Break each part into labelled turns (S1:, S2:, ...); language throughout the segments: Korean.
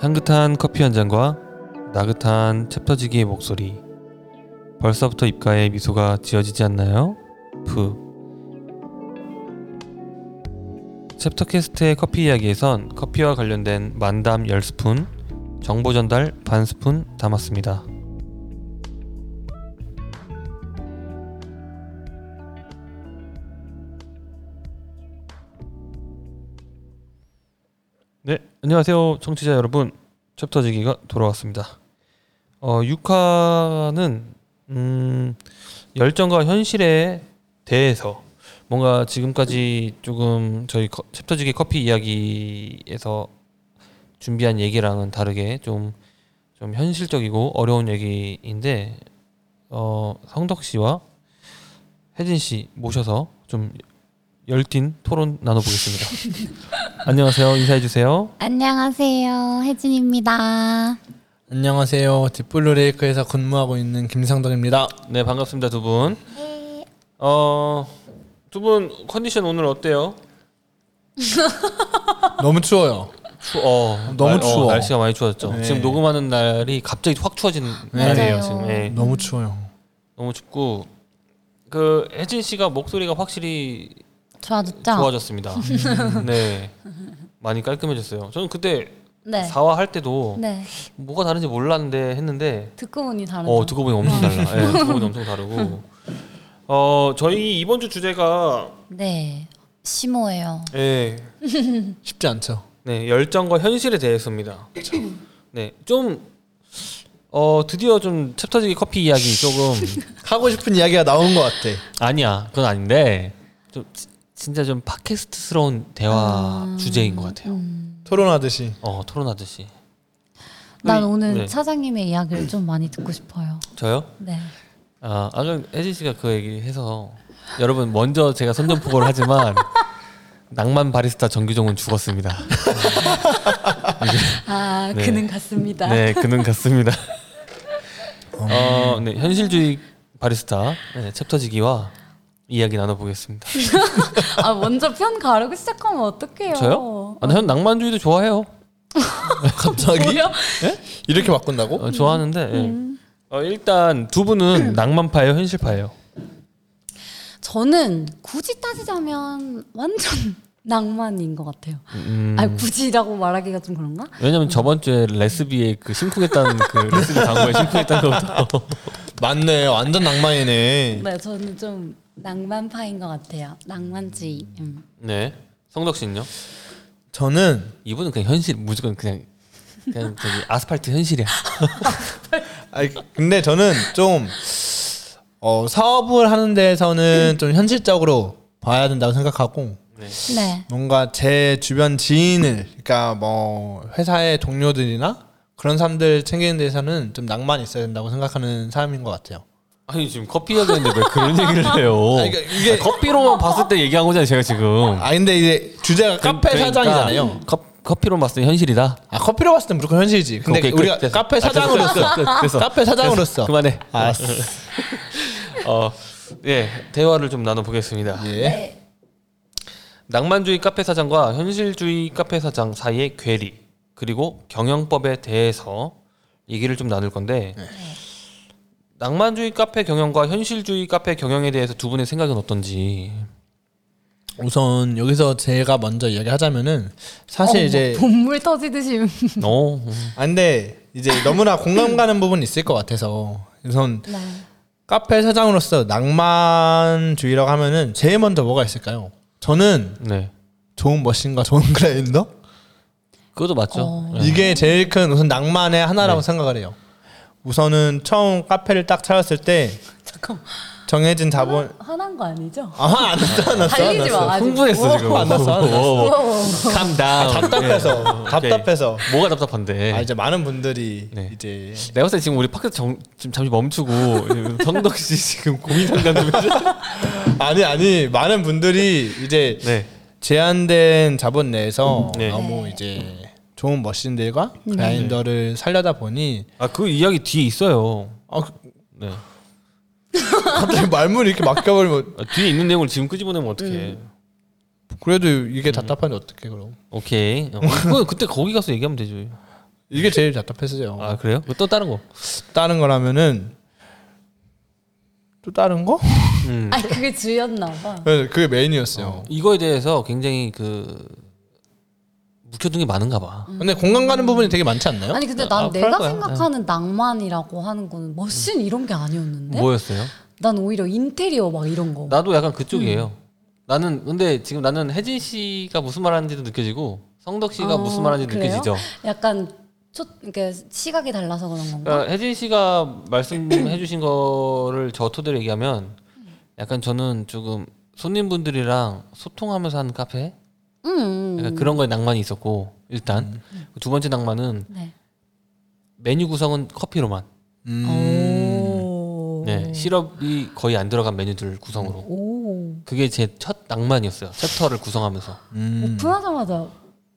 S1: 향긋한 커피 한 잔과 나긋한 챕터지기의 목소리. 벌써부터 입가에 미소가 지어지지 않나요? 푸. 챕터캐스트의 커피 이야기에선 커피와 관련된 만담 10스푼, 정보 전달 반 스푼 담았습니다. 네, 안녕하세요, 청취자 여러분. 챕터지기가 돌아왔습니다. 어, 6화는 음, 열정과 현실에 대해서 뭔가 지금까지 조금 저희 커- 챕터지기 커피 이야기에서 준비한 얘기랑은 다르게 좀 좀 현실적이고 어려운 얘기인데 어, 성덕 씨와 혜진 씨 모셔서 좀 열띤 토론 나눠보겠습니다. 안녕하세요. 인사해 주세요.
S2: 안녕하세요. 혜진입니다.
S3: 안녕하세요. 딥블루 레이크에서 근무하고 있는 김상덕입니다.
S1: 네 반갑습니다 두 분.
S2: 네.
S1: 어, 두 분 컨디션 오늘 어때요?
S3: 너무 추워요.
S1: 추워.
S3: 너무
S1: 날-
S3: 추워.
S1: 어, 날씨가 많이 추워졌죠.
S3: 네.
S1: 지금 녹음하는 날이 갑자기 확 추워지는
S3: 네.
S1: 날이에요
S2: 맞아요.
S1: 지금. 예.
S3: 너무 추워요.
S1: 너무 춥고 그 혜진 씨가 목소리가 확실히
S2: 좋아졌죠?
S1: 좋아졌습니다. 네. 많이 깔끔해졌어요. 저는 그때
S2: 네.
S1: 사화 할 때도
S2: 네.
S1: 뭐가 다른지 몰랐는데 했는데
S2: 듣고 보니 다르죠.
S1: 어 듣고 보니 엄청 달라. 예, 듣고 보니 엄청 다르고. 어 저희 이번 주 주제가
S2: 네. 심오해요.
S1: 예,
S3: 쉽지 않죠.
S1: 네, 열정과 현실에 대해서입니다. 네, 좀 어, 드디어 좀 챕터지기 커피 이야기 조금
S3: 하고 싶은 이야기가 나온 것 같아.
S1: 아니야, 그건 아닌데 좀 지- 진짜 좀 팟캐스트스러운 대화
S2: 음.
S1: 주제인 것 같아요.
S2: 음.
S3: 토론하듯이.
S1: 어, 토론하듯이
S2: 난
S1: 우리-
S2: 오늘
S1: 네.
S2: 사장님의 이야기를 좀 많이 듣고 싶어요.
S1: 저요?
S2: 네.
S1: 아, 아까 혜진 씨가 그 얘기해서 여러분 먼저 제가 선전포고를 하지만 낭만 바리스타 정규정은 죽었습니다.
S2: 아,
S1: 네.
S2: 그는 같습니다.
S1: 네, 그는 같습니다. 어, 네, 현실주의 바리스타 네, 챕터지기와 이야기 나눠보겠습니다.
S2: 아, 먼저 편 가르고 시작하면 어떡해요?
S1: 저요? 아, 전 낭만주의도 좋아해요.
S3: 갑자기? 예?
S2: 뭐요?
S3: 이렇게 바꾼다고?
S2: 음.
S1: 어, 좋아하는데 예. 어, 일단 두 분은 낭만파예요, 현실파예요.
S2: 저는 굳이 따지자면 완전 낭만인 것 같아요.
S1: 음,
S2: 아, 굳이라고 말하기가 좀 그런가?
S1: 왜냐면 저번 주에 레스비에 그 심쿵했다는 그 레스비 광고에 심쿵했다는 것도
S3: 맞네. 완전 낭만이네.
S2: 네, 저는 좀 낭만파인 것 같아요. 낭만주의. 음.
S1: 네. 성덕 씨는요?
S3: 저는
S1: 이분은 그냥 현실 무조건 그냥 그냥 저기 아스팔트 현실이야.
S3: 아니, 근데 저는 좀 어, 사업을 하는 데에서는 좀 현실적으로 봐야 된다고 생각하고
S2: 네.
S3: 뭔가 제 주변 지인을 그러니까 뭐 회사의 동료들이나 그런 사람들 챙기는 데서는 좀 낭만이 있어야 된다고 생각하는 사람인 것 같아요.
S1: 아니 지금 커피 이야기인데 왜 그런 얘기를 해요?
S3: 아니, 그러니까 이게-
S1: 아니, 커피로만 봤을 때 얘기한 거잖아요, 제가 지금.
S3: 아 근데 이제 주제가 카페
S1: 그러니까
S3: 사장이잖아요.
S1: 컵- 커피로만 봤을 때 현실이다.
S3: 아 커피로 봤을 땐 무조건 현실이지. 근데
S1: 오케이,
S3: 우리가
S1: 끝, 됐어.
S3: 카페
S1: 아, 됐어,
S3: 사장으로서
S1: 됐어, 됐어.
S3: 카페 사장으로서
S1: 그만해.
S3: 알았어.
S1: 아. 어, 예, 대화를 좀 나눠보겠습니다.
S3: 예.
S2: 네.
S1: 낭만주의 카페 사장과 현실주의 카페 사장 사이의 괴리 그리고 경영법에 대해서 얘기를 좀 나눌 건데 낭만주의 카페 경영과 현실주의 카페 경영에 대해서 두 분의 생각은 어떤지
S3: 우선 여기서 제가 먼저 이야기하자면은 사실
S2: 어머,
S3: 이제
S1: 뭐,
S3: 네.
S2: 본물 터지듯이
S1: 어, 음,
S3: 아 근데 이제 너무나 공감 가는 부분이 있을 것 같아서 우선
S2: 네.
S3: 카페 사장으로서 낭만주의라고 하면은 제일 먼저 뭐가 있을까요? 저는
S1: 네
S3: 좋은 머신과 좋은 그라인더
S1: 그것도 맞죠
S2: 어.
S1: 네.
S3: 이게 제일 큰 우선 낭만의 하나라고 생각을 해요. 우선은 처음 카페를 딱 차렸을 때
S2: 잠깐
S3: 정해진
S1: 뭐,
S3: 자본
S2: 화난 거 아니죠?
S3: 아안
S1: 네.
S3: 났어 안 났어 안
S2: 달리지
S3: 났어
S2: 마. 아직.
S1: 흥분했어 지금
S3: 안 났어, 안 났어.
S1: 오,
S2: 어.
S1: 감당
S3: 아, 답답해서 답답해서
S1: 예. 네. 뭐가 답답한데
S3: 아 이제 많은 분들이
S1: 네.
S3: 이제
S1: 내가 봤을 때 지금 우리 팟캐스트 정, 지금 잠시 멈추고 성덕 씨 지금 고민 상담 좀 해주세요.
S3: 아니 아니 많은 분들이 이제
S1: 네.
S3: 제한된 자본 내에서
S1: 네.
S3: 너무 이제 좋은 머신들과 그라인더를 살려다 보니
S1: 아 그 이야기 뒤에 있어요.
S3: 아, 그-
S1: 네.
S3: 갑자기 말문이 이렇게 막혀버리면
S1: 아, 뒤에 있는 내용을 지금 끄집어내면 어떡해. 음.
S3: 그래도 이게 답답한데 어떻게 그럼
S1: 오케이. 어, 그건 그때 거기 가서 얘기하면 되죠.
S3: 이게 제일 답답했어요.
S1: 아 그래요? 또 다른 거.
S3: 다른 거라면은 또 다른 거?
S1: 음.
S2: 아 그게 주였나 봐.
S3: 네, 그게 메인이었어요.
S1: 이거에 대해서 굉장히 그 묵혀둔 게 많은가 봐.
S3: 근데 공감 가는 부분이 되게 많지 않나요?
S2: 아니 근데
S1: 아,
S2: 난
S1: 아, 그럴
S2: 내가
S1: 거야.
S2: 생각하는 낭만이라고 하는 거는 머신 이런 게 아니었는데
S1: 네? 뭐였어요?
S2: 난 오히려 인테리어 막 이런 거.
S1: 나도 약간 그쪽이에요. 나는 근데 지금 나는 혜진 씨가 무슨 말하는지도 느껴지고 성덕 씨가
S2: 아,
S1: 무슨 말하는지
S2: 그래요?
S1: 느껴지죠.
S2: 약간 초 이렇게 시각이 달라서 그런 건가?
S1: 그러니까 혜진 씨가 말씀해주신 거를 저 토대로 얘기하면 약간 저는 조금 손님분들이랑 소통하면서 하는 카페
S2: 음.
S1: 어. 약간 그런 거에 낭만이 있었고 일단 두 번째 낭만은
S2: 네.
S1: 메뉴 구성은 커피로만
S3: 음.
S2: 어. 오.
S1: 음. 네, 시럽이 거의 안 들어간 메뉴들 구성으로
S2: 오.
S1: 그게 제 첫 낭만이었어요 챕터를 구성하면서
S2: 오픈하자마자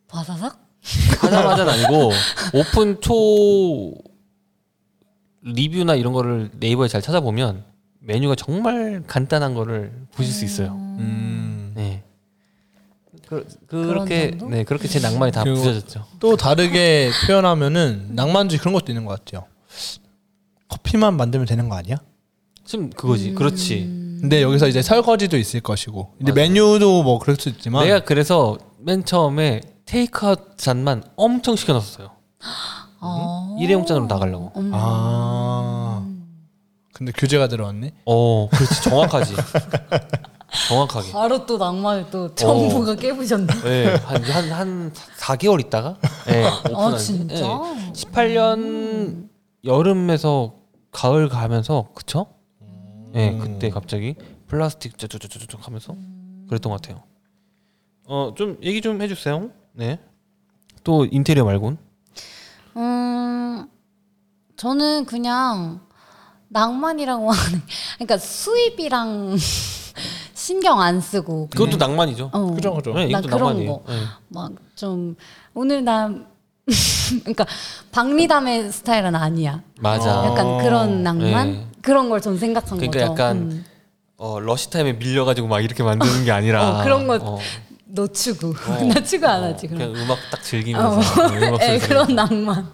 S2: 바사삭?
S1: 음? 하자마자는 아니고 오픈 초 리뷰나 이런 거를 네이버에 잘 찾아보면 메뉴가 정말 간단한 거를 보실 수 있어요.
S3: 음.
S1: 네. 그,
S2: 그런
S1: 그렇게
S2: 정도?
S1: 네 그렇게 제 낭만이 다
S3: 그리고-
S1: 부서졌죠.
S3: 또 다르게 표현하면은 낭만주의 그런 것도 있는 것 같아요. 커피만 만들면 되는 거 아니야?
S1: 지금
S2: 음.
S1: 그거지. 그렇지.
S3: 근데 여기서 이제 설거지도 있을 것이고 이제
S1: 맞아.
S3: 메뉴도 뭐 그럴 수 있지만
S1: 내가 그래서 맨 처음에 테이크아웃 잔만 엄청 시켜놨었어요.
S2: 아.
S1: 일회용 잔으로 나가려고.
S2: 음.
S3: 아 근데 규제가 들어왔네.
S1: 어, 그렇지. 정확하지. 정확하게.
S2: 바로 또 낭만을 또
S1: 어.
S2: 전부가 깨부셨네.
S1: 네, 한한 한 4개월 있다가 네,
S2: 아
S1: 오픈한-
S2: 진짜?
S1: 네. 18년 여름에서 가을 가면서 그쵸? 예, 그때 갑자기 플라스틱 쩌쩌쩌쩌쩌 하면서 그랬던 것 같아요. 어, 좀 얘기 좀 해주세요. 네. 또 인테리어 말곤.
S2: 음, 저는 그냥 낭만이라고 하는, 그러니까 수입이랑 신경 안 쓰고.
S1: 그것도 낭만이죠.
S2: 어,
S3: 그죠 그죠.
S1: 네,
S2: 나
S1: 이것도
S2: 그런
S1: 낭만이에요. 예.
S2: 막 좀 오늘 나 그러니까 박리담의 스타일은 아니야.
S1: 맞아.
S2: 약간
S3: 어.
S2: 그런 낭만
S1: 네.
S2: 그런 걸 전 생각한
S1: 그러니까
S2: 거죠.
S1: 약간
S2: 음.
S1: 어, 러시타임에 밀려가지고 막 이렇게 만드는 게 아니라
S2: 어, 그런 거
S1: 어,
S2: 너 추구
S1: 어.
S2: 나 추구 안 하지
S1: 그냥
S2: 그런.
S1: 음악 딱 즐기면서
S2: 어.
S1: 음악
S2: 에
S1: 들으면서.
S2: 그런 낭만.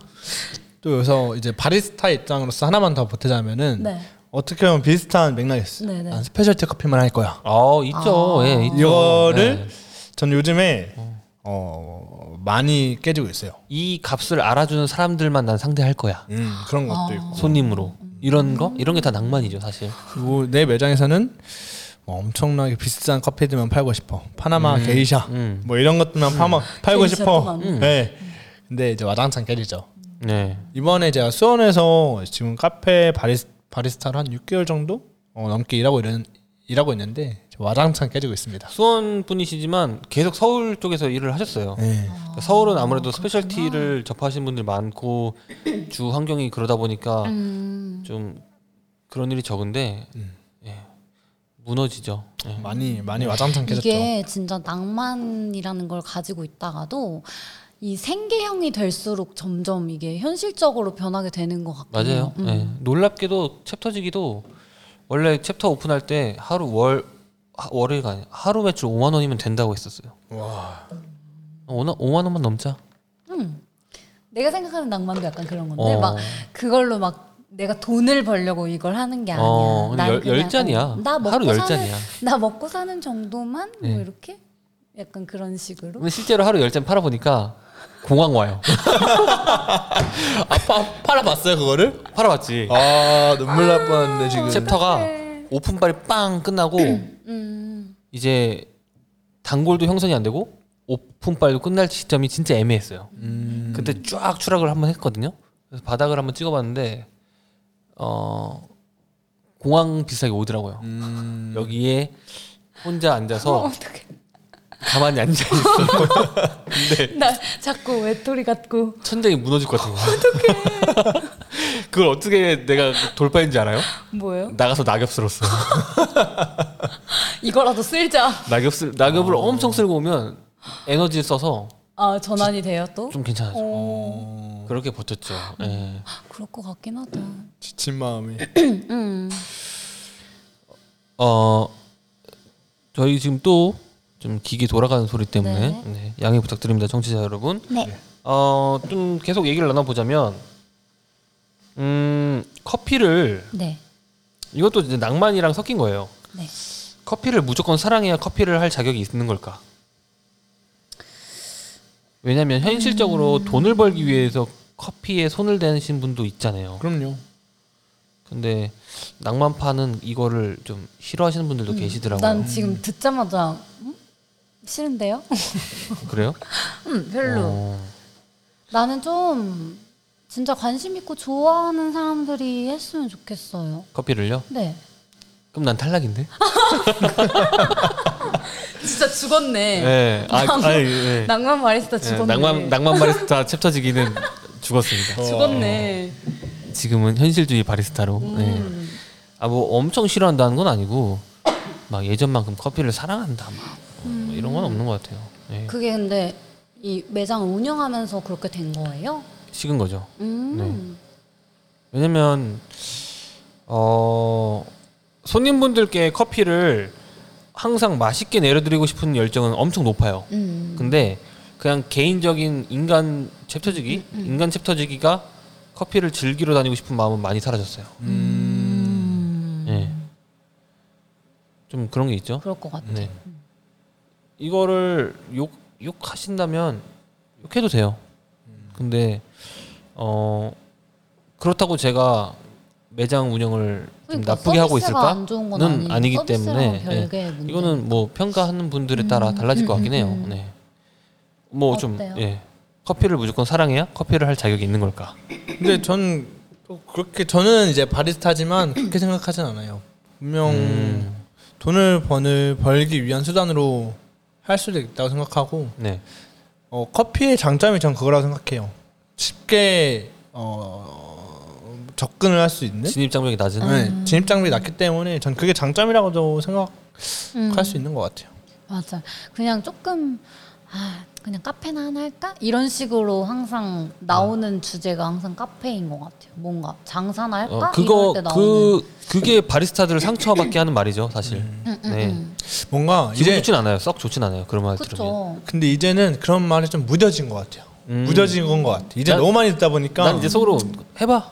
S3: 또 여기서 이제 바리스타 입장으로서 하나만 더 보태자면은
S2: 네.
S3: 어떻게 보면 비슷한 맥락이 있어요.
S2: 네네.
S3: 난 스페셜티 커피만 할 거야.
S1: 아 있죠. 예, 있죠.
S3: 이거를
S1: 예.
S3: 전 요즘에 어 많이 깨지고 있어요.
S1: 이 값을 알아주는 사람들만 난 상대할 거야.
S3: 음,
S2: 아.
S3: 그런 것도 있고.
S1: 손님으로
S2: 음.
S1: 이런 거 이런 게 다 낭만이죠 사실.
S3: 그리고 내 매장에서는 뭐 엄청나게 비싼 커피들만 팔고 싶어. 파나마 게이샤
S1: 음.
S3: 뭐 이런 것들만 파마, 팔고
S2: 게이샤도
S3: 싶어.
S2: 많네.
S3: 네. 근데 이제 와당창 깨지죠.
S1: 네.
S3: 이번에 제가 수원에서 지금 카페 바리스, 바리스타를 한 6개월 정도 어, 넘게 일하고 이런 일하고 있는데 와당창 깨지고 있습니다.
S1: 수원 분이시지만 계속 서울 쪽에서 일을 하셨어요.
S2: 아.
S3: 네.
S1: 그러니까 서울은 아무래도 스페셜티를 접하신 분들 많고 주 환경이 그러다 보니까
S2: 음.
S1: 좀 그런 일이 적은데 예. 무너지죠. 예.
S3: 많이 많이 와장창 깨졌죠.
S2: 이게 진짜 낭만이라는 걸 가지고 있다가도 이 생계형이 될수록 점점 이게 현실적으로 변하게 되는 것 같아요.
S1: 맞아요. 예. 놀랍게도 챕터지기도 원래 챕터 오픈할 때 하루 월 하- 월요일가 아니라 하루 매출 5만 원이면 된다고 했었어요.
S3: 와.
S1: 어, 5만, 5만 원만 넘자.
S2: 내가 생각하는 낭만도 약간 그런 건데
S1: 어.
S2: 네, 막 그걸로 막 내가 돈을 벌려고 이걸 하는 게 아니야.
S1: 어, 근데
S2: 난
S1: 열,
S2: 그냥
S1: 열 잔이야.
S2: 어, 나 먹고
S1: 하루 열
S2: 사는-
S1: 잔이야.
S2: 나 먹고 사는 정도만
S1: 네.
S2: 뭐 이렇게 약간 그런 식으로.
S1: 근데 실제로 하루 열 잔 팔아 보니까 공항 와요.
S3: 아빠 팔아봤어요 그거를?
S1: 팔아 봤지. 그
S3: 아 눈물 날 뻔했네 지금.
S1: 챕터가
S2: 네.
S1: 오픈발이 빵 끝나고
S2: 음.
S1: 이제 단골도 형성이 안 되고 오픈발도 끝날 시점이 진짜 애매했어요.
S3: 음.
S1: 그때 쫙 추락을 한번 했거든요. 그래서 바닥을 한번 찍어봤는데 어 공항 비슷하게 오더라고요.
S3: 음.
S1: 여기에 혼자
S2: 어,
S1: 앉아서
S2: 어떡해.
S1: 가만히 앉아 있어.
S2: 나 자꾸 외톨이 같고
S1: 천장이 무너질 것 같은 거야. 어떡해. 그걸 어떻게 내가 돌파했는지 알아요?
S2: 뭐예요?
S1: 나가서 낙엽스러웠어.
S2: 이거라도 쓸자.
S1: 낙엽을 낙엽을 엄청 쓸고 오면 에너지 써서
S2: 아 전환이 돼요 또.
S1: 좀 괜찮아져.
S2: 어,
S1: 그렇게 버텼죠. 예.
S2: 그럴 것 같긴 하다.
S3: 지친 마음이.
S2: 음.
S1: 어 저희 지금 또 좀 기계 돌아가는 소리 때문에 네, 양해 부탁드립니다, 네, 청취자 여러분.
S2: 네.
S1: 아 어, 좀 계속 얘기를 나눠보자면 음, 커피를
S2: 네.
S1: 이것도 이제 낭만이랑 섞인 거예요.
S2: 네.
S1: 커피를 무조건 사랑해야 커피를 할 자격이 있는 걸까? 왜냐면
S2: 음.
S1: 현실적으로 돈을 벌기 위해서 커피에 손을 대신 분도 있잖아요.
S3: 어, 그럼요.
S1: 근데 낭만파는 이거를 좀 싫어하시는 분들도 계시더라고요.
S2: 음, 난 지금 듣자마자 음? 싫은데요?
S1: 그래요?
S2: 음, 별로.
S1: 어,
S2: 나는 좀 진짜 관심 있고 좋아하는 사람들이 했으면 좋겠어요.
S1: 커피를요?
S2: 네.
S1: 그럼 난 탈락인데?
S2: 진짜 죽었네.
S1: 네. 아, 아, 예, 예.
S2: 낭만 마리스타
S1: 예, 낭만 낭만 바리스타 챕터지기는 죽었습니다.
S2: 어. 죽었네. 음.
S1: 지금은 현실주의 바리스타로. 아 뭐 엄청 싫어한다는 건 아니고 막 예전만큼 커피를 사랑한다 막 어, 뭐 이런 건 없는 것 같아요. 예,
S2: 그게 근데 이 매장을 운영하면서 그렇게 된 거예요?
S1: 식은 거죠.
S2: 음.
S1: 네. 왜냐면 어 손님분들께 커피를 항상 맛있게 내려드리고 싶은 열정은 엄청 높아요.
S2: 음.
S1: 근데 그냥 개인적인 인간 챕터지기, 인간 챕터지기가 커피를 즐기러 다니고 싶은 마음은 많이 사라졌어요.
S3: 음.
S1: 예. 좀 그런 게 있죠.
S2: 그럴 것 같아.
S1: 네. 이거를 욕 욕하신다면 욕해도 돼요. 근데 어 그렇다고 제가 매장 운영을 음. 좀
S2: 그러니까
S1: 나쁘게 하고
S2: 서비스가
S1: 있을까?
S2: 안 좋은 건
S1: 는
S2: 아니-
S1: 아니기
S2: 서비스랑은
S1: 때문에,
S2: 별개의 문제.
S1: 이거는 뭐 평가하는 분들에
S2: 음.
S1: 따라 달라질 것 같긴 해요. 네. 뭐 좀
S2: 어때요?
S1: 예. 커피를 무조건 사랑해야 커피를 할 자격이 있는 걸까?
S3: 근데 전 그렇게 저는 이제 바리스타지만 그렇게 생각하진 않아요. 분명 음. 돈을 번을 벌기 위한 수단으로 할 수도 있다고 생각하고
S1: 네.
S3: 어, 커피의 장점이 전 그거라고 생각해요. 쉽게 어, 접근을 할 수 있는
S1: 진입 장벽이 낮은
S2: 아,
S3: 네, 진입 장벽이 낮기 때문에 전 그게 장점이라고도 생각할
S2: 음.
S3: 수 있는 것 같아요.
S2: 맞아. 그냥 조금 아 그냥 카페나 하나 할까? 이런 식으로 항상 나오는 주제가 항상 카페인 것 같아요. 뭔가 장사나
S1: 아. 어,
S2: 할까?
S1: 그거
S2: 이럴 때 나오는.
S1: 그 그게 바리스타들을 상처받게 하는 말이죠, 사실.
S2: 음, 음,
S1: 네.
S2: 음.
S3: 뭔가
S1: 기분
S3: 이제
S1: 좋진 않아요. 썩 좋진 않아요. 그런 말 들으면.
S2: 그쵸.
S3: 근데 이제는 그런 말이 좀 무뎌진 것 같아요.
S1: 음.
S3: 무뎌진 건 것 같아. 이제
S1: 난-
S3: 너무 많이 듣다 보니까
S1: 난 이제 속으로 해봐.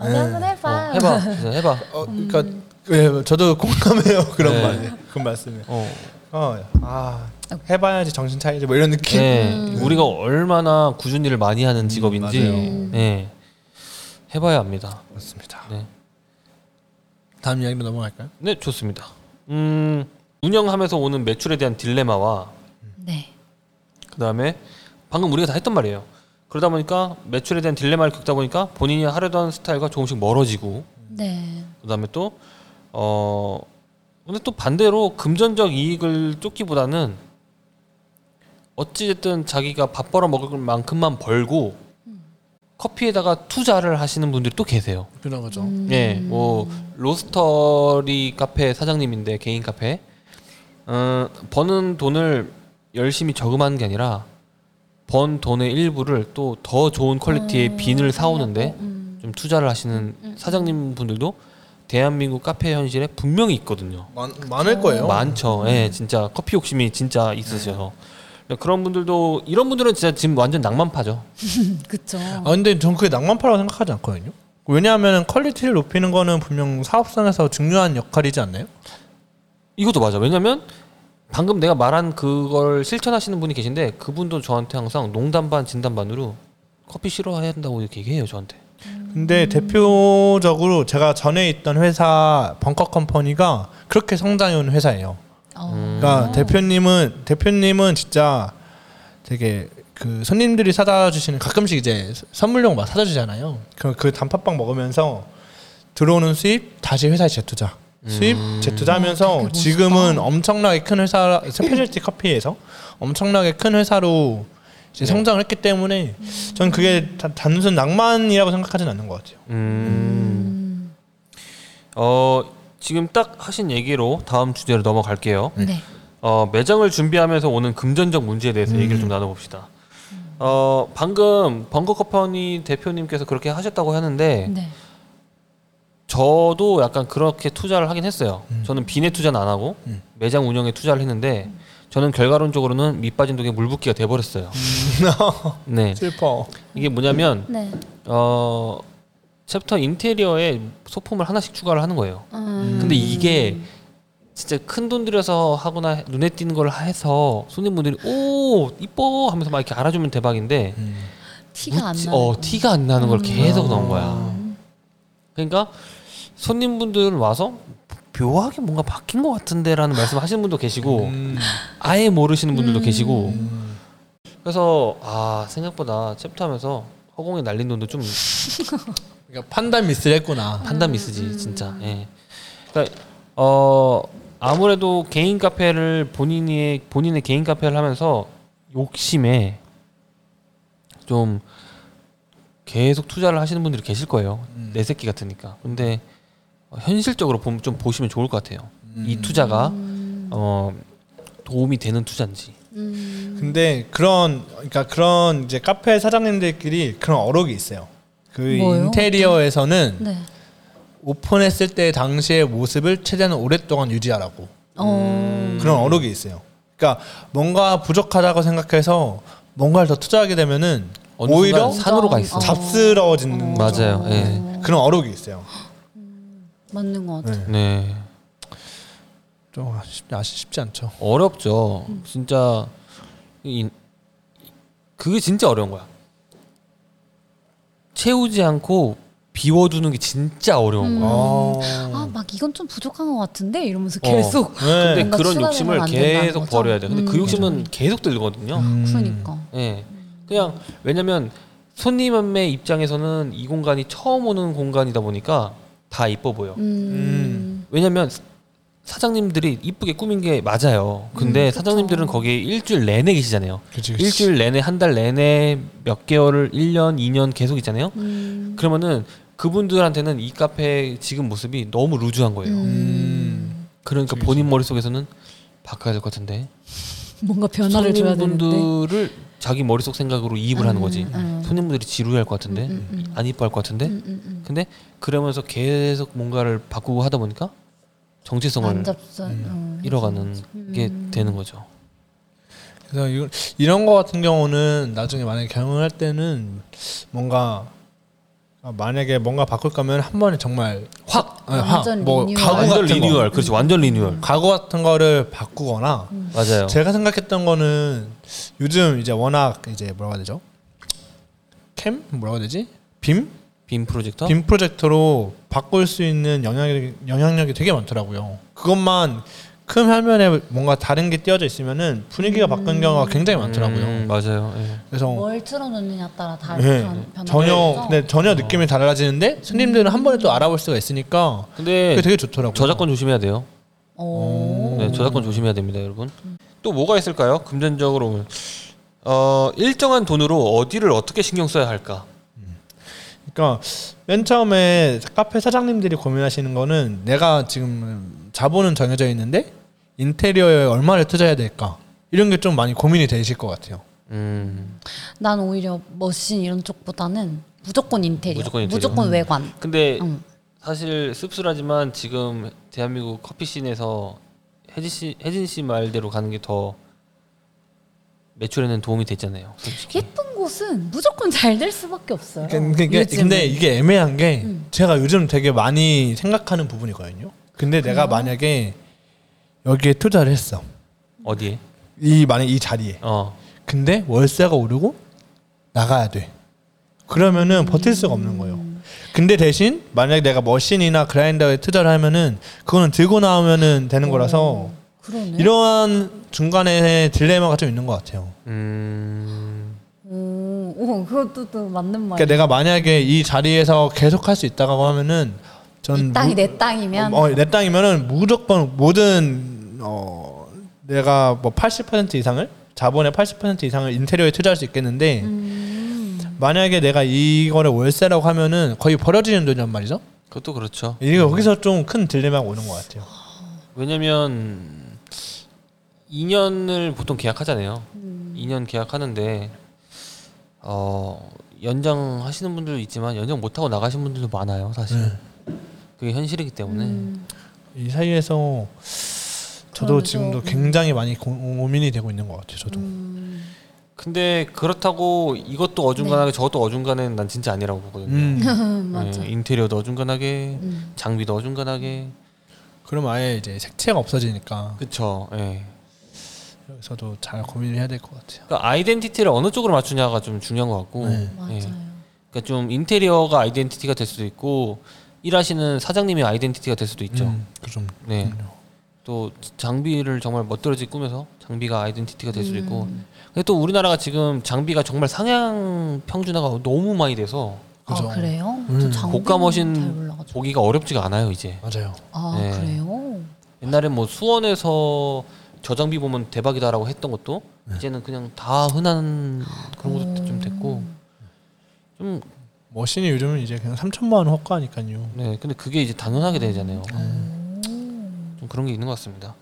S2: 아, 우리 한번
S1: 어,
S2: 해봐.
S1: 해봐. 그래서 해봐.
S3: 어, 그러니까 예, 저도 공감해요 그런
S1: 네.
S3: 말에 그 말씀에.
S1: 어.
S3: 어, 아 해봐야지 정신 차리지 뭐 이런 느낌.
S1: 네. 우리가 얼마나 꾸준히 일을 많이 하는 직업인지
S3: 맞아요.
S1: 네. 해봐야 합니다.
S3: 맞습니다.
S1: 네.
S3: 다음 이야기로 넘어갈까요?
S1: 네, 좋습니다. 음, 운영하면서 오는 매출에 대한 딜레마와
S2: 네.
S1: 그다음에 방금 우리가 다 했던 말이에요. 그러다 보니까 매출에 대한 딜레마를 겪다 보니까 본인이 하려던 스타일과 조금씩 멀어지고
S2: 네.
S1: 그다음에 또 어. 근데 또 반대로 금전적 이익을 쫓기보다는 어찌됐든 자기가 밥 벌어 먹을 만큼만 벌고 커피에다가 투자를 하시는 분들이 또 계세요.
S3: 그런 거죠.
S2: 음.
S1: 예, 뭐 로스터리 카페 사장님인데 개인 카페 어, 버는 돈을 열심히 저금하는 게 아니라 번 돈의 일부를 또 더 좋은 퀄리티의 빈을 사오는데
S2: 음.
S1: 좀 투자를 하시는 사장님 분들도 대한민국 카페 현실에 분명히 있거든요.
S3: 많, 많을 거예요.
S1: 많죠. 예, 진짜 커피 욕심이 진짜 있으셔서 그런 분들도 이런 분들은 진짜 지금 완전 낭만파죠.
S2: 그쵸.
S3: 아 근데 전 그게 낭만파라고 생각하지 않거든요. 왜냐하면 퀄리티를 높이는 거는 분명 사업상에서 중요한 역할이지 않나요?
S1: 이것도 맞아. 왜냐면 방금 내가 말한 그걸 실천하시는 분이 계신데 그분도 저한테 항상 농담 반 진담 반으로 커피 싫어한다고 이렇게 얘기해요 저한테.
S3: 근데 대표적으로 제가 전에 있던 회사 벙커 컴퍼니가 그렇게 성장해온 회사예요.
S2: 어.
S1: 음.
S3: 그러니까 대표님은 대표님은 진짜 되게 그 손님들이 사다 주시는 가끔씩 이제 선물용 막 사다 주잖아요. 그럼 그 단팥빵 먹으면서 들어오는 수입 다시 회사에 재투자. 수입
S2: 아, 되게
S3: 재투자하면서
S2: 멋있다.
S3: 지금은 엄청나게 큰 회사 스페셜티 커피에서 엄청나게 큰 회사로 이제
S2: 네.
S3: 성장을 했기 때문에
S2: 음.
S3: 전 그게 다- 단순 낭만이라고 생각하진 않는 것 같아요.
S1: 음. 어 지금 딱 하신 얘기로 다음 주제로 넘어갈게요.
S2: 네.
S1: 어, 매장을 준비하면서 오는 금전적 문제에 대해서 얘기를 좀 나눠봅시다. 어, 방금 벙커커퍼니 대표님께서 그렇게 하셨다고 하는데
S2: 네. 음.
S1: 저도 약간 그렇게 투자를 하긴 했어요. 저는 빈에 투자는 안 하고 매장 운영에 투자를 했는데 저는 결과론적으로는 밑 빠진 독에 물 붓기가 돼버렸어요.
S2: 음.
S1: 네,
S3: 슬퍼.
S1: 이게 뭐냐면
S2: 네.
S1: 어 챕터 인테리어에 소품을 하나씩 추가를 하는 거예요.
S2: 음.
S1: 근데 이게 진짜 큰 돈 들여서 하거나 눈에 띄는 걸 해서 손님분들이 오 이뻐 하면서 막 이렇게 알아주면 대박인데
S2: 티가 안
S1: 묻지-
S2: 나.
S1: 어 티가 안 나는 걸
S2: 음.
S1: 계속 넣은 거야. 그러니까 손님분들 와서 묘하게 뭔가 바뀐 것 같은데라는 말씀하시는 분도 계시고
S3: 음.
S1: 아예 모르시는 분들도
S2: 음.
S1: 계시고
S3: 음.
S1: 그래서 아 생각보다 챕터하면서 허공에 날린 돈도 좀
S3: 그러니까 판단 미스했구나.
S1: 판단 미스지 진짜. 예. 그러니까 어 아무래도 개인 카페를 본인의 본인의 개인 카페를 하면서 욕심에 좀 계속 투자를 하시는 분들이 계실 거예요.
S3: 음.
S1: 내 새끼 같으니까. 근데 어, 현실적으로 보- 좀 보시면 좋을 것 같아요.
S3: 음.
S1: 이 투자가 어 도움이 되는 투자인지.
S2: 음.
S3: 근데 그런 그러니까 그런 이제 카페 사장님들끼리 그런 어록이 있어요. 그
S2: 뭐요?
S3: 인테리어에서는
S2: 네.
S3: 오픈했을 때 당시의 모습을 최대한 오랫동안 유지하라고
S1: 음.
S2: 어.
S3: 그런 어록이 있어요. 그러니까 뭔가 부족하다고 생각해서 뭔가를 더 투자하게 되면은
S1: 어느
S3: 오히려
S1: 순간 산으로 가 있어.
S2: 어.
S3: 잡스러워지는
S1: 어. 맞아요. 예.
S3: 그런 어록이 있어요.
S2: 맞는 것 같아.
S3: 네.
S1: 네.
S3: 좀 아쉽, 아쉽- 쉽지 않죠.
S1: 어렵죠. 진짜 이, 그게 진짜 어려운 거야. 채우지 않고 비워두는 게 진짜 어려운
S2: 음.
S1: 거야.
S2: 아,
S3: 아.
S2: 막 이건 좀 부족한 것 같은데 이러면서
S1: 어.
S2: 계속.
S3: 네.
S1: 근데
S2: 뭔가
S1: 그런
S2: 추가되면
S1: 욕심을
S2: 안 된다는
S1: 계속
S2: 거죠?
S1: 버려야 돼. 근데 그
S2: 음.
S1: 욕심은 계속 들거든요.
S3: 음.
S2: 그러니까.
S1: 예. 그냥 왜냐면 손님의 입장에서는 이 공간이 처음 오는 공간이다 보니까 다 이뻐 보여.
S2: 음.
S1: 왜냐면 사- 사장님들이 이쁘게 꾸민 게 맞아요. 근데
S2: 음. 그쵸.
S1: 사장님들은 거기에 일주일 내내 계시잖아요.
S3: 그치, 그치.
S1: 일주일 내내 한 달 내내 몇 개월을 1년 2년 계속 있잖아요
S2: 음.
S1: 그러면은 그분들한테는 이 카페 지금 모습이 너무 루즈한 거예요
S3: 음.
S1: 그러니까
S3: 그치.
S1: 본인 머릿속에서는 바꿔야 될 것 같은데
S2: 뭔가 변화를 줘야 되는데.
S1: 손님분들을 자기 머릿속 생각으로 이입을 하는 거지
S2: 음, 음.
S1: 손님분들이 네? 지루해할 것 같은데
S2: 음, 음, 음.
S1: 안 이뻐할 것 같은데
S2: 음, 음, 음.
S1: 근데 그러면서 계속 뭔가를 바꾸고 하다 보니까 정체성을
S2: 안 잡선. 음.
S1: 잃어가는 게
S2: 음.
S1: 되는 거죠
S3: 그래서 이건, 이런 거 같은 경우는 나중에 만약에 경영할 때는 뭔가 아, 만약에 뭔가 바꿀 거면 한 번에 정말
S1: 확
S3: 아니,
S2: 완전
S3: 확, 뭐
S2: 리뉴얼.
S3: 가구
S1: 완전
S3: 같은 거 음.
S1: 리뉴얼 그렇지 완전 리뉴얼
S3: 가구 같은 거를 바꾸거나
S1: 음.
S3: 음.
S1: 맞아요
S3: 제가 생각했던 거는 요즘 이제 워낙 이제 뭐라고 해야 되죠? 캠 뭐라고 해야 되지? 빔?
S1: 빔 프로젝터
S3: 빔 프로젝터로 바꿀 수 있는 영향력이, 영향력이 되게 많더라고요. 그것만 큰 화면에 뭔가 다른 게 띄어져 있으면은 분위기가 바뀐 경우가 굉장히 많더라고요.
S1: 음, 맞아요 예.
S3: 그래서
S2: 뭘 음. 틀어놓느냐 따라 다른
S3: 네,
S2: 변화.
S3: 전혀 근데 전혀 느낌이
S1: 어.
S3: 달라지는데 손님들은 한 번에 또 알아볼 수가 있으니까
S1: 근데
S3: 그게 되게 좋더라고요.
S1: 네. 저작권 조심해야 돼요.
S2: 오.
S3: 음.
S1: 네, 저작권 조심해야 됩니다, 여러분. 또 뭐가 있을까요? 금전적으로 어, 일정한 돈으로 어디를 어떻게 신경 써야 할까?
S3: 그러니까 맨 처음에 카페 사장님들이 고민하시는 거는 내가 지금 자본은 정해져 있는데 인테리어에 얼마를 투자해야 될까 이런 게 좀 많이 고민이 되실 것 같아요.
S1: 음.
S2: 난 오히려 머신 이런 쪽보다는 무조건 인테리어.
S1: 무조건 인테리어.
S2: 무조건 외관.
S1: 근데
S2: 음.
S1: 사실 씁쓸하지만 지금 대한민국 커피씬에서 혜진 씨, 혜진 씨 말대로 가는 게 더 매출에는 도움이 됐잖아요. 솔직히.
S2: 예쁜 곳은 무조건 잘 될 수밖에 없어요.
S3: 근데, 이게-
S2: 요즘은.
S3: 그러니까, 근데 이게
S2: 네.
S3: 애매한 게
S2: 음.
S3: 제가 요즘 되게 많이 생각하는 부분이거든요. 근데 내가 만약에 여기에 투자를 했어.
S1: 어디에?
S3: 이 만약 이 자리에.
S1: 어.
S3: 근데 월세가 오르고 나가야 돼.
S2: 음.
S3: 그러면은 버틸 수가 없는 거예요. 근데 대신 만약에 내가 머신이나 그라인더에 투자를 하면은 그거는 들고 나오면은 되는 거라서
S2: 어. 그러네.
S3: 이러한 중간에 딜레마가 좀 있는 것 같아요.
S1: 음.
S2: 오, 오, 그것도 또 맞는 말.
S3: 그러니까 내가 만약에 이 자리에서 계속 할 수 있다고 하면은
S2: 이
S3: 전
S2: 땅이
S3: 무-
S2: 내 땅이면
S3: 어, 어, 내 땅이면은 무조건 모든 어 내가 뭐 80% 이상을 자본의 80% 이상을 인테리어에 투자할 수 있겠는데
S2: 음.
S3: 만약에 내가 이거를 월세라고 하면은 거의 버려지는 돈이란 말이죠.
S1: 그것도 그렇죠.
S3: 이게 여기서 좀 큰 딜레마가 오는 것 같아요.
S1: 왜냐면 2년을 보통 계약하잖아요.
S2: 음.
S1: 2년 계약하는데 어 연장하시는 분들도 있지만 연장 못 하고 나가신 분들도
S2: 음.
S1: 많아요, 사실. 그게 현실이기 때문에.
S3: 이 사이에서 저도
S2: 그러면서-
S3: 지금도 굉장히 많이 고, 고민이 되고 있는 것 같아요. 저도.
S2: 음,
S1: 근데 그렇다고 이것도 어중간하게 저것도 어중간해 난 진짜 아니라고 보거든요.
S3: 음.
S2: 네. 맞아.
S1: 예, 인테리어도 어중간하게
S2: 음.
S1: 장비도 어중간하게
S3: 그럼 아예 이제 색채가 없어지니까
S1: 그쵸. 예.
S3: 그래서도 잘 고민을 해야 될 것 같아요.
S1: 그러니까 아이덴티티를 어느 쪽으로 맞추냐가 좀 중요한 것 같고.
S3: 네.
S1: 예.
S2: 맞아요.
S1: 그러니까 좀 인테리어가 아이덴티티가 될 수도 있고 일하시는 사장님이 아이덴티티가 될 수도 있죠.
S3: 음, 그좀
S1: 네. 또 장비를 정말 멋들어지 꾸며서 장비가 아이덴티티가 될 수도 있고.
S3: 음.
S1: 근데 또 우리나라가 지금 장비가 정말 상향 평준화가 너무 많이 돼서
S3: 그죠.
S2: 아 그래요?
S3: 음.
S2: 저 장비는
S1: 고가 머신
S2: 잘 몰라가지고.
S1: 보기가 어렵지가 않아요 이제.
S3: 맞아요.
S2: 아
S1: 네.
S2: 그래요?
S1: 옛날에 뭐 수원에서 저 장비 보면 대박이다라고 했던 것도
S3: 네.
S1: 이제는 그냥 다 흔한 그런 것도 좀 됐고
S3: 음.
S1: 좀
S3: 머신이 요즘은 이제 그냥 3천만 원 호가니까요.
S1: 네, 근데 그게 이제 당연하게 되잖아요.
S3: 음.
S1: 좀 그런 게 있는 것 같습니다.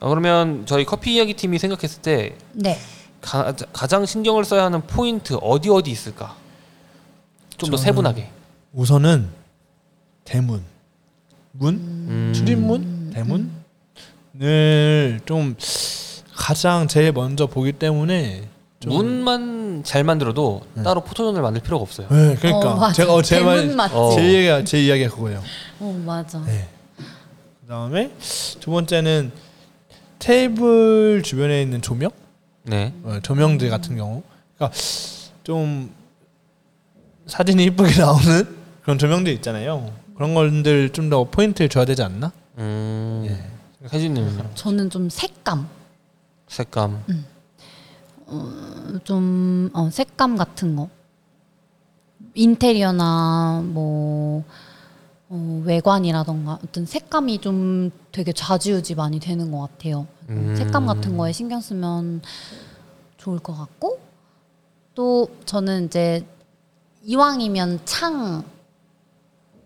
S1: 어, 그러면 저희 커피 이야기 팀이 생각했을 때
S2: 네.
S1: 가, 장 신경을 써야 하는 포인트 어디 어디 있을까? 좀 더
S3: 저는-
S1: 세분하게.
S3: 우선은 대문, 문,
S1: 음,
S3: 출입문, 대문을 좀 가장 제일 먼저 보기 때문에 좀-
S1: 문만 잘 만들어도 따로 포토존을 만들 필요가 없어요.
S3: 네, 그러니까
S2: 어, 맞아.
S3: 제가 어, 제 말,
S2: 대문 어. 맞지.
S1: 어.
S2: 어,
S3: 제 이야기가 제 이야기가 그거예요.
S2: 맞아.
S3: 네. 그다음에 두 번째는 테이블 주변에 있는 조명,
S1: 네.
S3: 어, 조명들 같은 경우, 그러니까 좀 사진이 이쁘게 나오는 그런 조명들 있잖아요. 그런 것들 좀 더 포인트를 줘야 되지 않나?
S1: 음.
S3: 예.
S1: 혜진님
S2: 저는 좀 색감,
S1: 색감.
S3: 음,
S2: 좀 어, 색감 같은 거. 인테리어나 뭐 어, 외관이라던가 어떤 색감이 좀 되게 좌지우지 많이 되는 것 같아요.
S1: 음.
S2: 색감 같은 거에 신경 쓰면 좋을 것 같고 또 저는 이제 이왕이면 창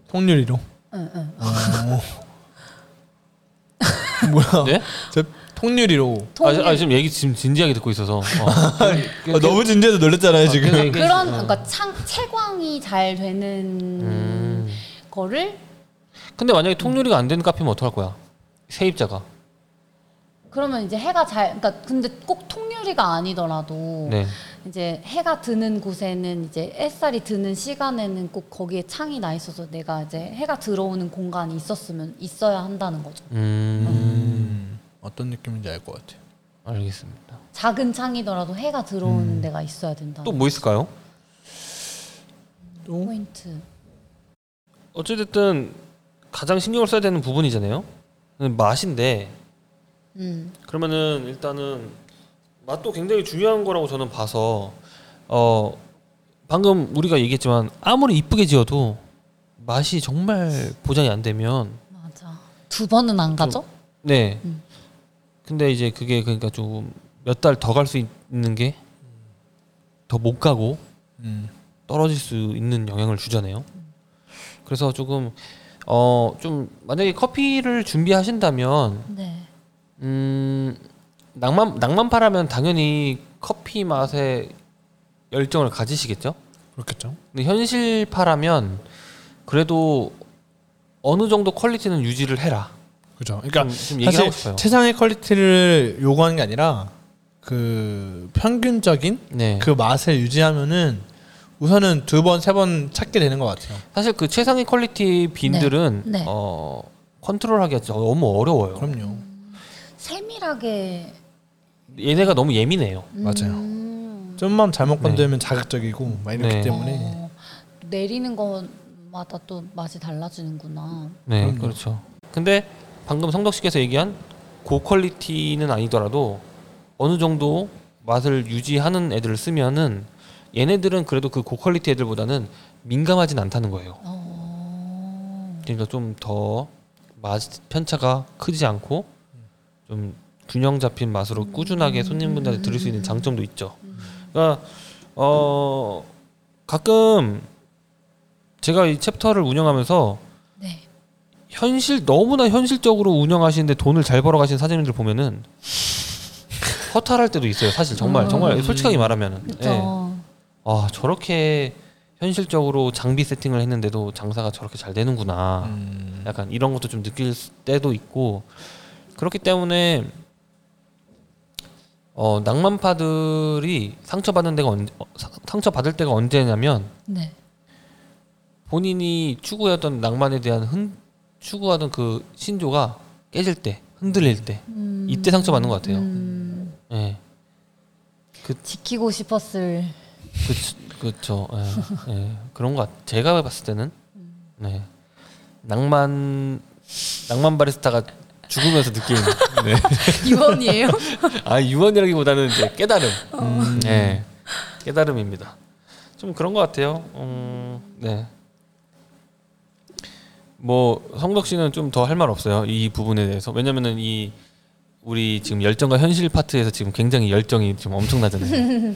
S3: 통유리로.
S2: 응, 응.
S3: 어. 뭐야?
S1: 네?
S3: 저 통유리로.
S1: 아,
S2: 통일
S1: 지- 아, 지금 얘기 지금 진지하게 듣고 있어서. 어.
S3: 아, 너무 진지해서 놀랐잖아요 지금.
S1: 그 그냥-
S2: 그런
S1: 어.
S2: 그러니까 창 채광이 잘 되는
S1: 음.
S2: 거를
S1: 근데 만약에 통유리가 안 되는 카페면 어떡할 거야? 세입자가.
S2: 그러면 이제 해가 잘 그러니까 근데 꼭 통유리가 아니더라도
S1: 네.
S2: 이제 해가 드는 곳에는 이제 햇살이 드는 시간에는 꼭 거기에 창이 나 있어서 내가 이제 해가 들어오는 공간이 있었으면 있어야 한다는 거죠.
S1: 음.
S3: 음, 어떤 느낌인지 알 것 같아요.
S1: 알겠습니다.
S2: 작은 창이더라도 해가 들어오는 데가 있어야 된다.
S1: 음. 또 뭐 있을까요?
S3: 또
S2: 포인트.
S1: 어쨌든 가장 신경을 써야 되는 부분이잖아요. 맛인데
S2: 음.
S1: 그러면은 일단은 맛도 굉장히 중요한 거라고 저는 봐서 어 방금 우리가 얘기했지만 아무리 이쁘게 지어도 맛이 정말 보장이 안 되면
S2: 맞아. 두 번은 안 가죠?
S1: 네.
S2: 음.
S1: 근데 이제 그게 그러니까 좀 몇 달 더 갈 수 있는 게 더 못 가고
S3: 음.
S1: 떨어질 수 있는 영향을 주잖아요. 그래서 조금 어 좀 만약에 커피를 준비하신다면
S2: 네.
S1: 음 낭만 낭만파라면 당연히 커피 맛에 열정을 가지시겠죠.
S3: 그렇겠죠.
S1: 근데 현실파라면 그래도 어느 정도 퀄리티는 유지를 해라.
S3: 그죠. 그러니까
S1: 좀, 좀 얘기하고 싶어요.
S3: 사실 최상의 퀄리티를 요구하는 게 아니라 그 평균적인
S1: 네.
S3: 그 맛을 유지하면은 우선은 두 번 세 번 찾게 되는 것 같아요.
S1: 사실 그 최상의 퀄리티 빈들은
S2: 네. 네.
S1: 어 컨트롤하기가 진짜 너무 어려워요.
S3: 그럼요.
S2: 세밀하게 음.
S1: 얘네가 너무 예민해요.
S2: 맞아요.
S3: 좀만 잘못 건드리면 자극적이고 막 이렇기
S1: 네.
S3: 때문에
S2: 어, 내리는 것마다 또 맛이 달라지는구나.
S1: 네,
S3: 그럼요.
S1: 그렇죠. 근데 방금 성덕 씨께서 얘기한 고퀄리티는 아니더라도 어느 정도 맛을 유지하는 애들을 쓰면은 얘네들은 그래도 그 고퀄리티 애들보다는 민감하진 않다는 거예요.
S2: 어.
S1: 그러니까 좀 더 맛 편차가 크지 않고 좀 균형 잡힌 맛으로 꾸준하게 손님분들한테 들을 수 있는 장점도 있죠. 그러니까 어 가끔 제가 이 챕터를 운영하면서
S2: 네.
S1: 현실 너무나 현실적으로 운영하시는데 돈을 잘 벌어가시는 사장님들 보면은 허탈할 때도 있어요. 사실 정말
S2: 음.
S1: 정말 솔직하게 말하면은
S2: 그렇죠.
S1: 예. 아 저렇게 현실적으로 장비 세팅을 아. 했는데도 장사가 저렇게 잘 되는구나.
S3: 음,
S1: 약간 이런 것도 좀 느낄 때도 있고 그렇기 때문에 어, 낭만파들이 상처받는 데가 언제, 어, 사- 상처받을 때가 언제냐면
S2: 네.
S1: 본인이 추구했던 낭만에 대한 흔 추구하던 그 신조가 깨질 때 흔들릴 때
S2: 음,
S1: 이때 상처받는 것 같아요.
S2: 음,
S1: 예,
S2: 지키고 싶었을
S1: 그, 그렇죠. 예, 예. 그런 것 같. 제가 봤을 때는 네. 낭만 낭만 바리스타가 죽으면서 느끼는 네.
S2: 유언이에요.
S1: 아 유언이라기보다는 이제 깨달음. 네, 깨달음입니다. 좀 그런 것 같아요. 음, 네. 뭐 성덕 씨는 좀 더 할 말 없어요 이 부분에 대해서 왜냐면은 이 우리 지금 열정과 현실 파트에서 지금 굉장히 열정이 지금 엄청나잖아요.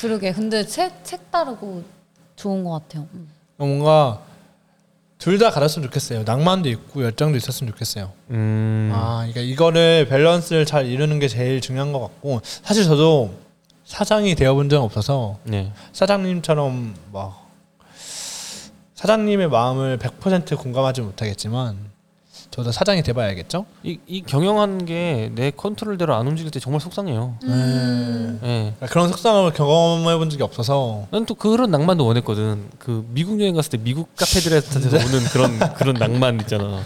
S2: 그러게. 근데 책, 책 따르고 좋은 것 같아요. 음.
S3: 뭔가 둘 다 갈았으면 좋겠어요. 낭만도 있고 열정도 있었으면 좋겠어요.
S1: 음,
S3: 아, 그러니까 이거를 밸런스를 잘 이루는 게 제일 중요한 것 같고 사실 저도 사장이 되어본 적은 없어서
S1: 네,
S3: 사장님처럼 막 사장님의 마음을 100% 공감하지 못하겠지만 저도 사장이 돼봐야겠죠.
S1: 이, 이 경영하는 게 내 컨트롤대로 안 움직일 때 정말 속상해요.
S3: 음.
S1: 예.
S3: 그러니까 그런 속상함을 경험해본 적이 없어서
S1: 난 또 그런 낭만도 원했거든. 그 미국 여행 갔을 때 미국 카페들에서 오는 그런 그런 낭만 있잖아.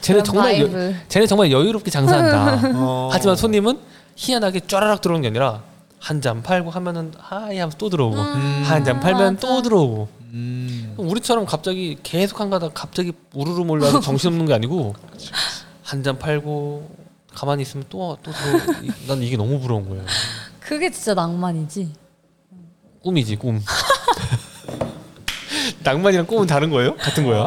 S1: 쟤네
S2: 그런
S1: 정말 여,
S2: 바이브.
S1: 쟤네 정말 여유롭게 장사한다.
S3: 어.
S1: 하지만 손님은 희한하게 쫘라락 들어오는 게 아니라 한 잔 팔고 하면은 하이 하면서 또 들어오고
S2: 음,
S1: 한 잔 팔면
S2: 맞아.
S1: 또 들어오고
S3: 음.
S1: 그럼 우리처럼 갑자기 계속 한 가다 갑자기 우르르 몰려서 정신없는 게 아니고 한 잔 팔고 가만히 있으면 또또 들어오고 이- 난 이게 너무 부러운 거예요.
S2: 그게 진짜 낭만이지.
S1: 꿈이지 꿈. 낭만이랑 꿈은 다른 거예요? 같은 거야?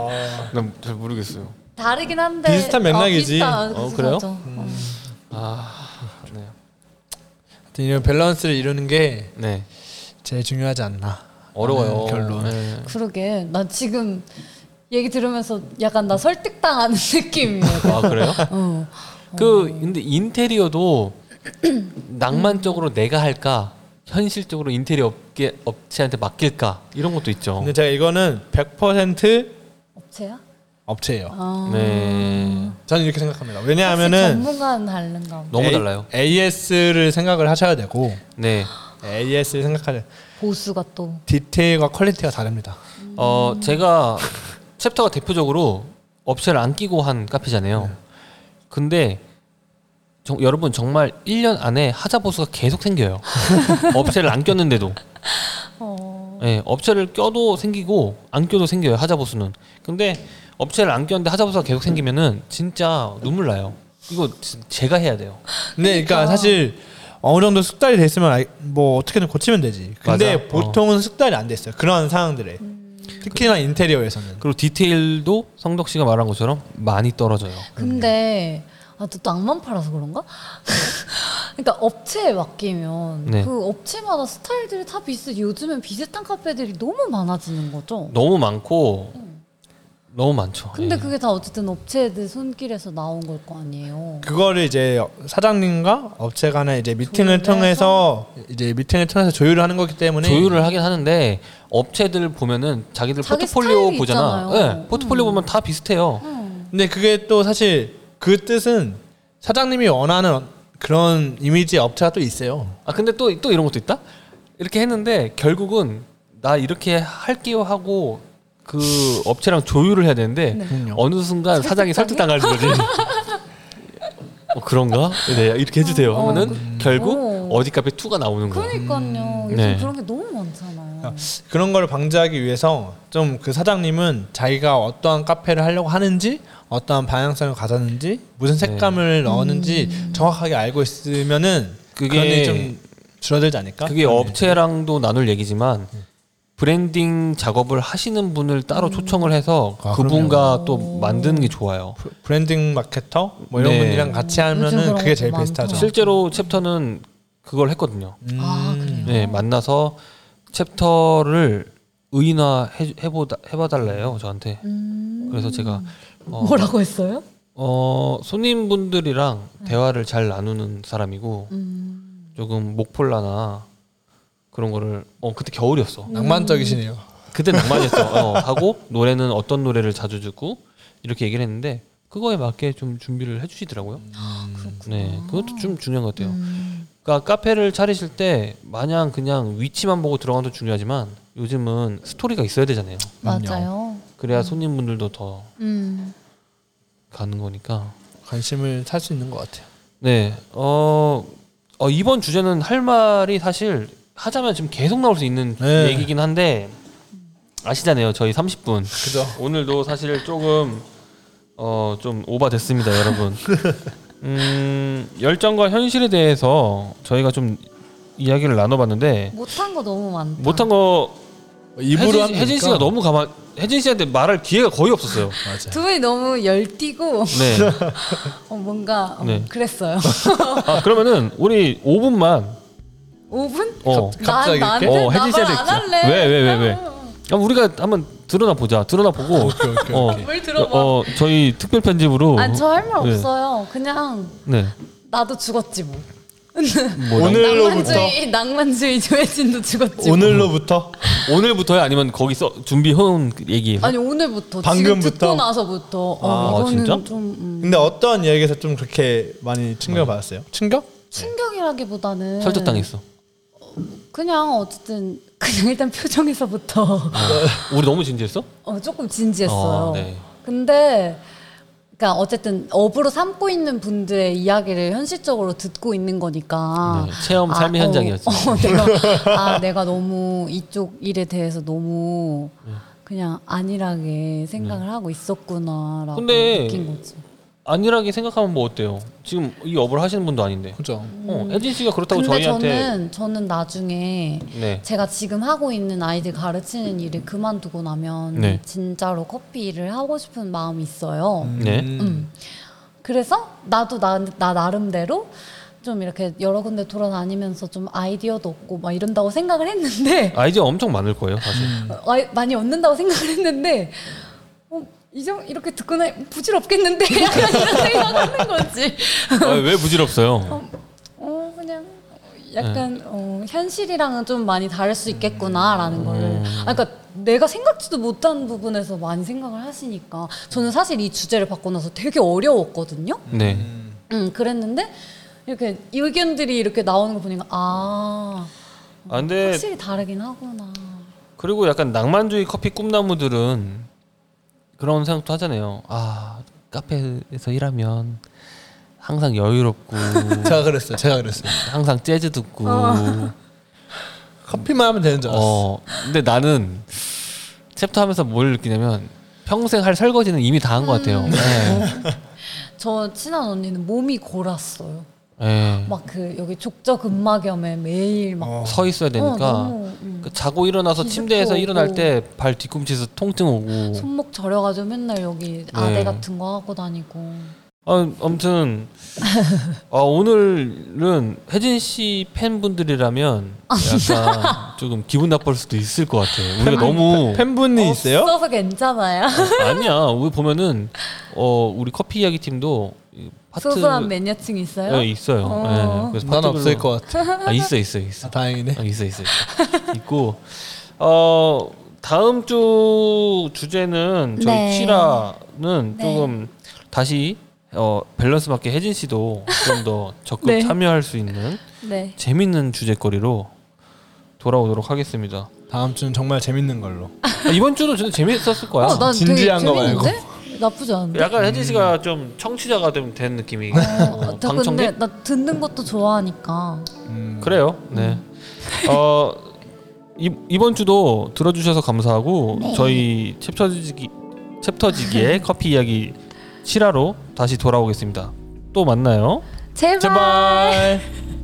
S1: 난 잘 모르겠어요.
S2: 다르긴 한데
S3: 비슷한 맥락이지. 음.
S2: 어, 비슷한,
S1: 어, 그래요?
S2: 맞아. 어.
S1: 아, 네.
S3: 하여튼 이런 밸런스를 이루는 게
S1: 네.
S3: 제일 중요하지 않나.
S1: 어려워요.
S3: 음, 결론.
S1: 네.
S2: 그러게. 나 지금 얘기 들으면서 약간 나 설득당하는 느낌이에요.
S1: 아 그래요?
S2: 어.
S1: 그 근데 인테리어도 낭만적으로 내가 할까, 현실적으로 인테리어 업계 업체한테 맡길까 이런 것도 있죠.
S3: 근데 제가 이거는 100%
S2: 업체야?
S3: 업체예요.
S2: 아.
S1: 네.
S3: 저는 이렇게 생각합니다.
S2: 혹시
S3: 왜냐하면은
S2: 전문가는 다른가 봐.
S1: 너무
S3: A-
S1: 달라요.
S3: AS를 생각을 하셔야 되고
S1: 네.
S3: AS를 생각하는
S2: 보수가 또
S3: 디테일과 퀄리티가 다릅니다.
S1: 어 제가 챕터가 대표적으로 업체를 안 끼고 한 카페잖아요. 근데 정- 여러분 정말 1년 안에 하자 보수가 계속 생겨요. 업체를 안 꼈는데도.
S2: 어.
S1: 예, 업체를 껴도 생기고 안 껴도 생겨요 하자 보수는. 근데 업체를 안 꼈는데 하자 보수가 계속 생기면은 진짜 눈물 나요. 이거 진- 제가 해야 돼요.
S3: 근데 그러니까 사실 어느 정도 숙달이 돼 있으면 아이- 뭐 어떻게든 고치면 되지. 근데
S1: 맞아. 어.
S3: 보통은 숙달이 안 돼 있어요. 그런 상황들에 특히나 인테리어에서는.
S1: 그리고 디테일도 성덕 씨가 말한 것처럼 많이 떨어져요.
S2: 근데
S1: 음.
S2: 아, 또 낭만 팔아서 그런가? 그러니까 업체에 맡기면
S1: 네.
S2: 그 업체마다 스타일들이 다 비슷. 요즘엔 비슷한 카페들이 너무 많아지는 거죠.
S1: 너무 많고 너무 많죠.
S2: 근데
S1: 예.
S2: 그게 다 어쨌든 업체들 손길에서 나온 걸 거 아니에요.
S3: 그거를 이제 사장님과 업체 간의 이제 미팅을
S2: 조율해서?
S3: 통해서 이제 미팅을 통해서 조율을 하는 거기 때문에
S1: 조율을 하긴 하는데 업체들 보면은 자기들
S2: 자기
S1: 포트폴리오
S2: 스타일이
S1: 보잖아.
S2: 있잖아요.
S1: 예, 포트폴리오 보면 다 비슷해요.
S2: 음.
S3: 근데 그게 또 사실 그 뜻은 사장님이 원하는 그런 이미지 업체가 또 있어요.
S1: 아 근데 또 또 이런 것도 있다. 이렇게 했는데 결국은 나 이렇게 할게요 하고 그 업체랑 조율을 해야 되는데
S2: 네.
S3: 그럼요.
S1: 어느 순간 사장이 설득당하는 거지. 어, 그런가? 네, 이렇게 해주세요.
S2: 어,
S1: 하면은 결국
S2: 어.
S1: 어디 카페 2가 나오는 거야.
S2: 그러니까요. 요즘
S1: 네. 음.
S2: 그런 게 너무 많잖아요.
S3: 그런 걸 방지하기 위해서 좀 그 사장님은 자기가 어떠한 카페를 하려고 하는지 어떠한 방향성을 가졌는지 무슨
S1: 네.
S2: 음.
S3: 색감을 넣었는지 정확하게 알고 있으면은
S1: 그게-
S3: 그런 일이 좀 줄어들지 않을까? 네.
S1: 그게 업체랑도 나눌 얘기지만 브랜딩 작업을 하시는 분을 따로
S2: 음.
S1: 초청을 해서
S3: 아,
S1: 그분과 또 만드는 게 좋아요.
S3: 그 브레- 브랜딩 마케터 뭐 이런
S1: 네.
S3: 분이랑 같이
S2: 요즘
S3: 하면은
S2: 그런
S3: 그게 제일
S2: 것도
S3: 베스트하죠. 음,
S2: 많다.
S1: 실제로 챕터는 그걸 했거든요.
S2: 아 그래요.
S1: 네, 만나서 챕터를 의인화 해, 해보다 해봐달래요 저한테.
S2: 음.
S1: 그래서 제가 어,
S2: 뭐라고 했어요?
S1: 어, 손님분들이랑 대화를 잘 나누는 사람이고
S2: 네. 음.
S1: 조금 목폴라나 그런 거를 어 그때 겨울이었어.
S3: 낭만적이시네요.
S1: 그때 낭만이었어. 어, 하고 노래는
S3: 음.
S1: 어떤 노래를 자주 듣고 이렇게 얘기를 했는데 그거에 맞게 좀 준비를 해주시더라고요. 네, 그것도 좀 중요한 것 같아요.
S2: 음.
S1: 그러니까 카페를 차리실 때 마냥 그냥 위치만 보고 들어가는 것도 중요하지만 요즘은 스토리가 있어야 되잖아요.
S2: 맞아요.
S1: 그래야 손님분들도 더
S2: 음.
S1: 가는 거니까.
S3: 관심을 살 수 있는 것 같아요.
S1: 네, 어, 어, 이번 주제는 할 말이 사실 하자면 지금 계속 나올 수 있는
S3: 네.
S1: 얘기긴 한데 아시잖아요, 저희 30분.
S3: 그죠?
S1: 오늘도 사실 조금 어 좀 오바 됐습니다, 여러분. 음, 열정과 현실에 대해서 저희가 좀 이야기를 나눠봤는데
S2: 못한 거 너무 많다.
S1: 못한 거
S3: 뭐 입으로
S1: 혜진, 혜진 씨가 너무 가만 혜진 씨한테 말할 기회가 거의 없었어요.
S3: 맞아.
S2: 두 분이 너무 열띠고
S1: 네.
S2: 어, 뭔가 어,
S1: 네.
S2: 그랬어요.
S1: 아, 그러면은 우리 5분만
S2: 5분?
S1: 어.
S3: 갑자기
S2: 나
S3: 이렇게?
S2: 나는
S1: 어, 혜진 씨한테
S2: 나말 안
S1: 있죠.
S2: 할래. 어.
S1: 왜, 왜, 왜, 왜? 아, 우리가 한번 드러나 보자. 드러나 보고
S3: 아, 오케이 오케이.
S1: 어.
S3: 오케이.
S2: 뭘 들어봐.
S1: 어 저희 특별 편집으로
S2: 아니 저 할 말
S1: 네.
S2: 없어요. 그냥
S1: 네. 뭐
S2: 나도 죽었지 뭐.
S1: 오늘
S3: 오늘로부터
S2: 낭만주의 낭만주의 조혜진도 죽었지. 뭐.
S3: 오늘로부터
S1: 오늘부터야 아니면 거기서 준비해온 얘기예요.
S2: 아니 오늘부터 지금
S3: 방금부터? 네.
S2: 듣고 나서부터 어,
S1: 아,
S2: 이거는
S1: 진짜?
S2: 좀 음,
S3: 근데 어떤 이야기에서 좀 그렇게 많이 충격을 받았어요? 충격?
S2: 충격이라기보다는
S1: 설득당했어.
S2: 네. 그냥 어쨌든 그냥 일단 표정에서부터
S1: 우리 너무 진지했어?
S2: 어, 조금
S1: 아,
S2: 진지했어요.
S1: 네.
S2: 근데 그러니까 어쨌든 업으로 삼고 있는 분들의 이야기를 현실적으로 듣고 있는 거니까
S1: 네, 체험 삶의 현장이었죠.
S2: 어, 어, 내가, 아 내가 너무 이쪽 일에 대해서 너무
S1: 네.
S2: 그냥 안일하게 생각을 하고 있었구나라고
S1: 근데
S2: 느낀 거지.
S1: 안일하게 생각하면 뭐 어때요? 지금 이 업을 하시는 분도 아닌데.
S3: 그죠.
S1: 어, 혜진 씨가 그렇다고
S2: 음. 근데
S1: 저희한테
S2: 저는 저는 나중에
S1: 네.
S2: 제가 지금 하고 있는 아이들 가르치는 일을 그만두고 나면
S1: 네.
S2: 진짜로 커피 일을 하고 싶은 마음이 있어요.
S1: 네.
S3: 음.
S2: 그래서 나도 나, 나 나름대로 좀 이렇게 여러 군데 돌아다니면서 좀 아이디어도 얻고 막 이런다고 생각을 했는데
S1: 아이디어 엄청 많을 거예요, 사실.
S2: 어, 아이- 많이 얻는다고 생각을 했는데 어, 이정 이렇게 듣고 나 부질없겠는데 약간 이런 생각하는 거지.
S1: 아, 왜 부질없어요?
S2: 어 그냥 약간 어, 현실이랑은 좀 많이 다를 수 있겠구나라는 거를 아, 그러니까 내가 생각지도 못한 부분에서 많이 생각을 하시니까 저는 사실 이 주제를 받고 나서 되게 어려웠거든요.
S1: 네.
S2: 음, 그랬는데 이렇게 의견들이 이렇게 나오는 거 보니까 아
S1: 아, 근데
S2: 확실히 다르긴 하구나.
S1: 그리고 약간 낭만주의 커피 꿈나무들은 그런 생각도 하잖아요. 아, 카페에서 일하면 항상 여유롭고
S3: 음. 제가 그랬어요. 제가 그랬어요.
S1: 항상 재즈 듣고
S2: 어.
S3: 커피만 하면 되는 줄 알았어.
S1: 어 근데 나는 챕터 하면서 뭘 느끼냐면 평생 할 설거지는 이미 다 한 것 같아요.
S2: 음.
S1: 예.
S2: 저 친한 언니는 몸이 골았어요.
S1: 예.
S2: 막 그 여기 족저근막염에 매일 막
S3: 어.
S1: 서 있어야 되니까
S2: 어, 너무, 음.
S1: 그 자고 일어나서
S2: 기습도
S1: 침대에서
S2: 오고.
S1: 일어날 때 발 뒤꿈치에서 통증 오고
S2: 손목 저려가지고 맨날 여기
S1: 네.
S2: 아대 같은 거 하고 다니고.
S1: 아, 아무튼 아, 오늘은 혜진 씨 팬분들이라면
S2: 아,
S1: 약간 조금 기분 나쁠 수도 있을 것 같아요. 우리가 너무
S3: 팬분이 네, 있어요?
S2: 없어서 괜찮아요.
S1: 아니야. 우리 보면은 어 우리 커피 이야기 팀도 이 파트
S2: 소소한 매니아층 있어요?
S1: 예, 있어요.
S2: 어.
S1: 예, 그래서
S3: 난
S1: 파트별로-
S3: 없을 것 같아.
S1: 아 있어 있어 있어.
S3: 아, 다행이네.
S1: 아, 있어 있어 있어. 있고 어 다음 주 주제는 저희
S2: 네.
S1: 치라는
S2: 네.
S1: 조금 다시 어 밸런스 맞게 혜진 씨도 좀 더 적극
S2: 네.
S1: 참여할 수 있는
S2: 네.
S1: 재밌는 주제거리로 돌아오도록 하겠습니다.
S3: 다음 주는 정말 재밌는 걸로.
S1: 아, 이번 주도 진짜 재밌었을 거야.
S2: 어, 난
S3: 진지한 거
S2: 되게
S3: 말고.
S2: 재밌는데? 나쁘지 않은데.
S1: 약간 혜진 씨가 좀 청취자가 좀 된 느낌이
S2: 어, 나
S1: 방청객
S2: 근데 나 듣는 것도 좋아하니까.
S3: 음.
S1: 그래요. 네. 어 이, 이번 주도 들어주셔서 감사하고 저희 챕터지기 챕터지기의 커피 이야기 7화로 다시 돌아오겠습니다. 또 만나요.
S2: 제발.
S3: 제발.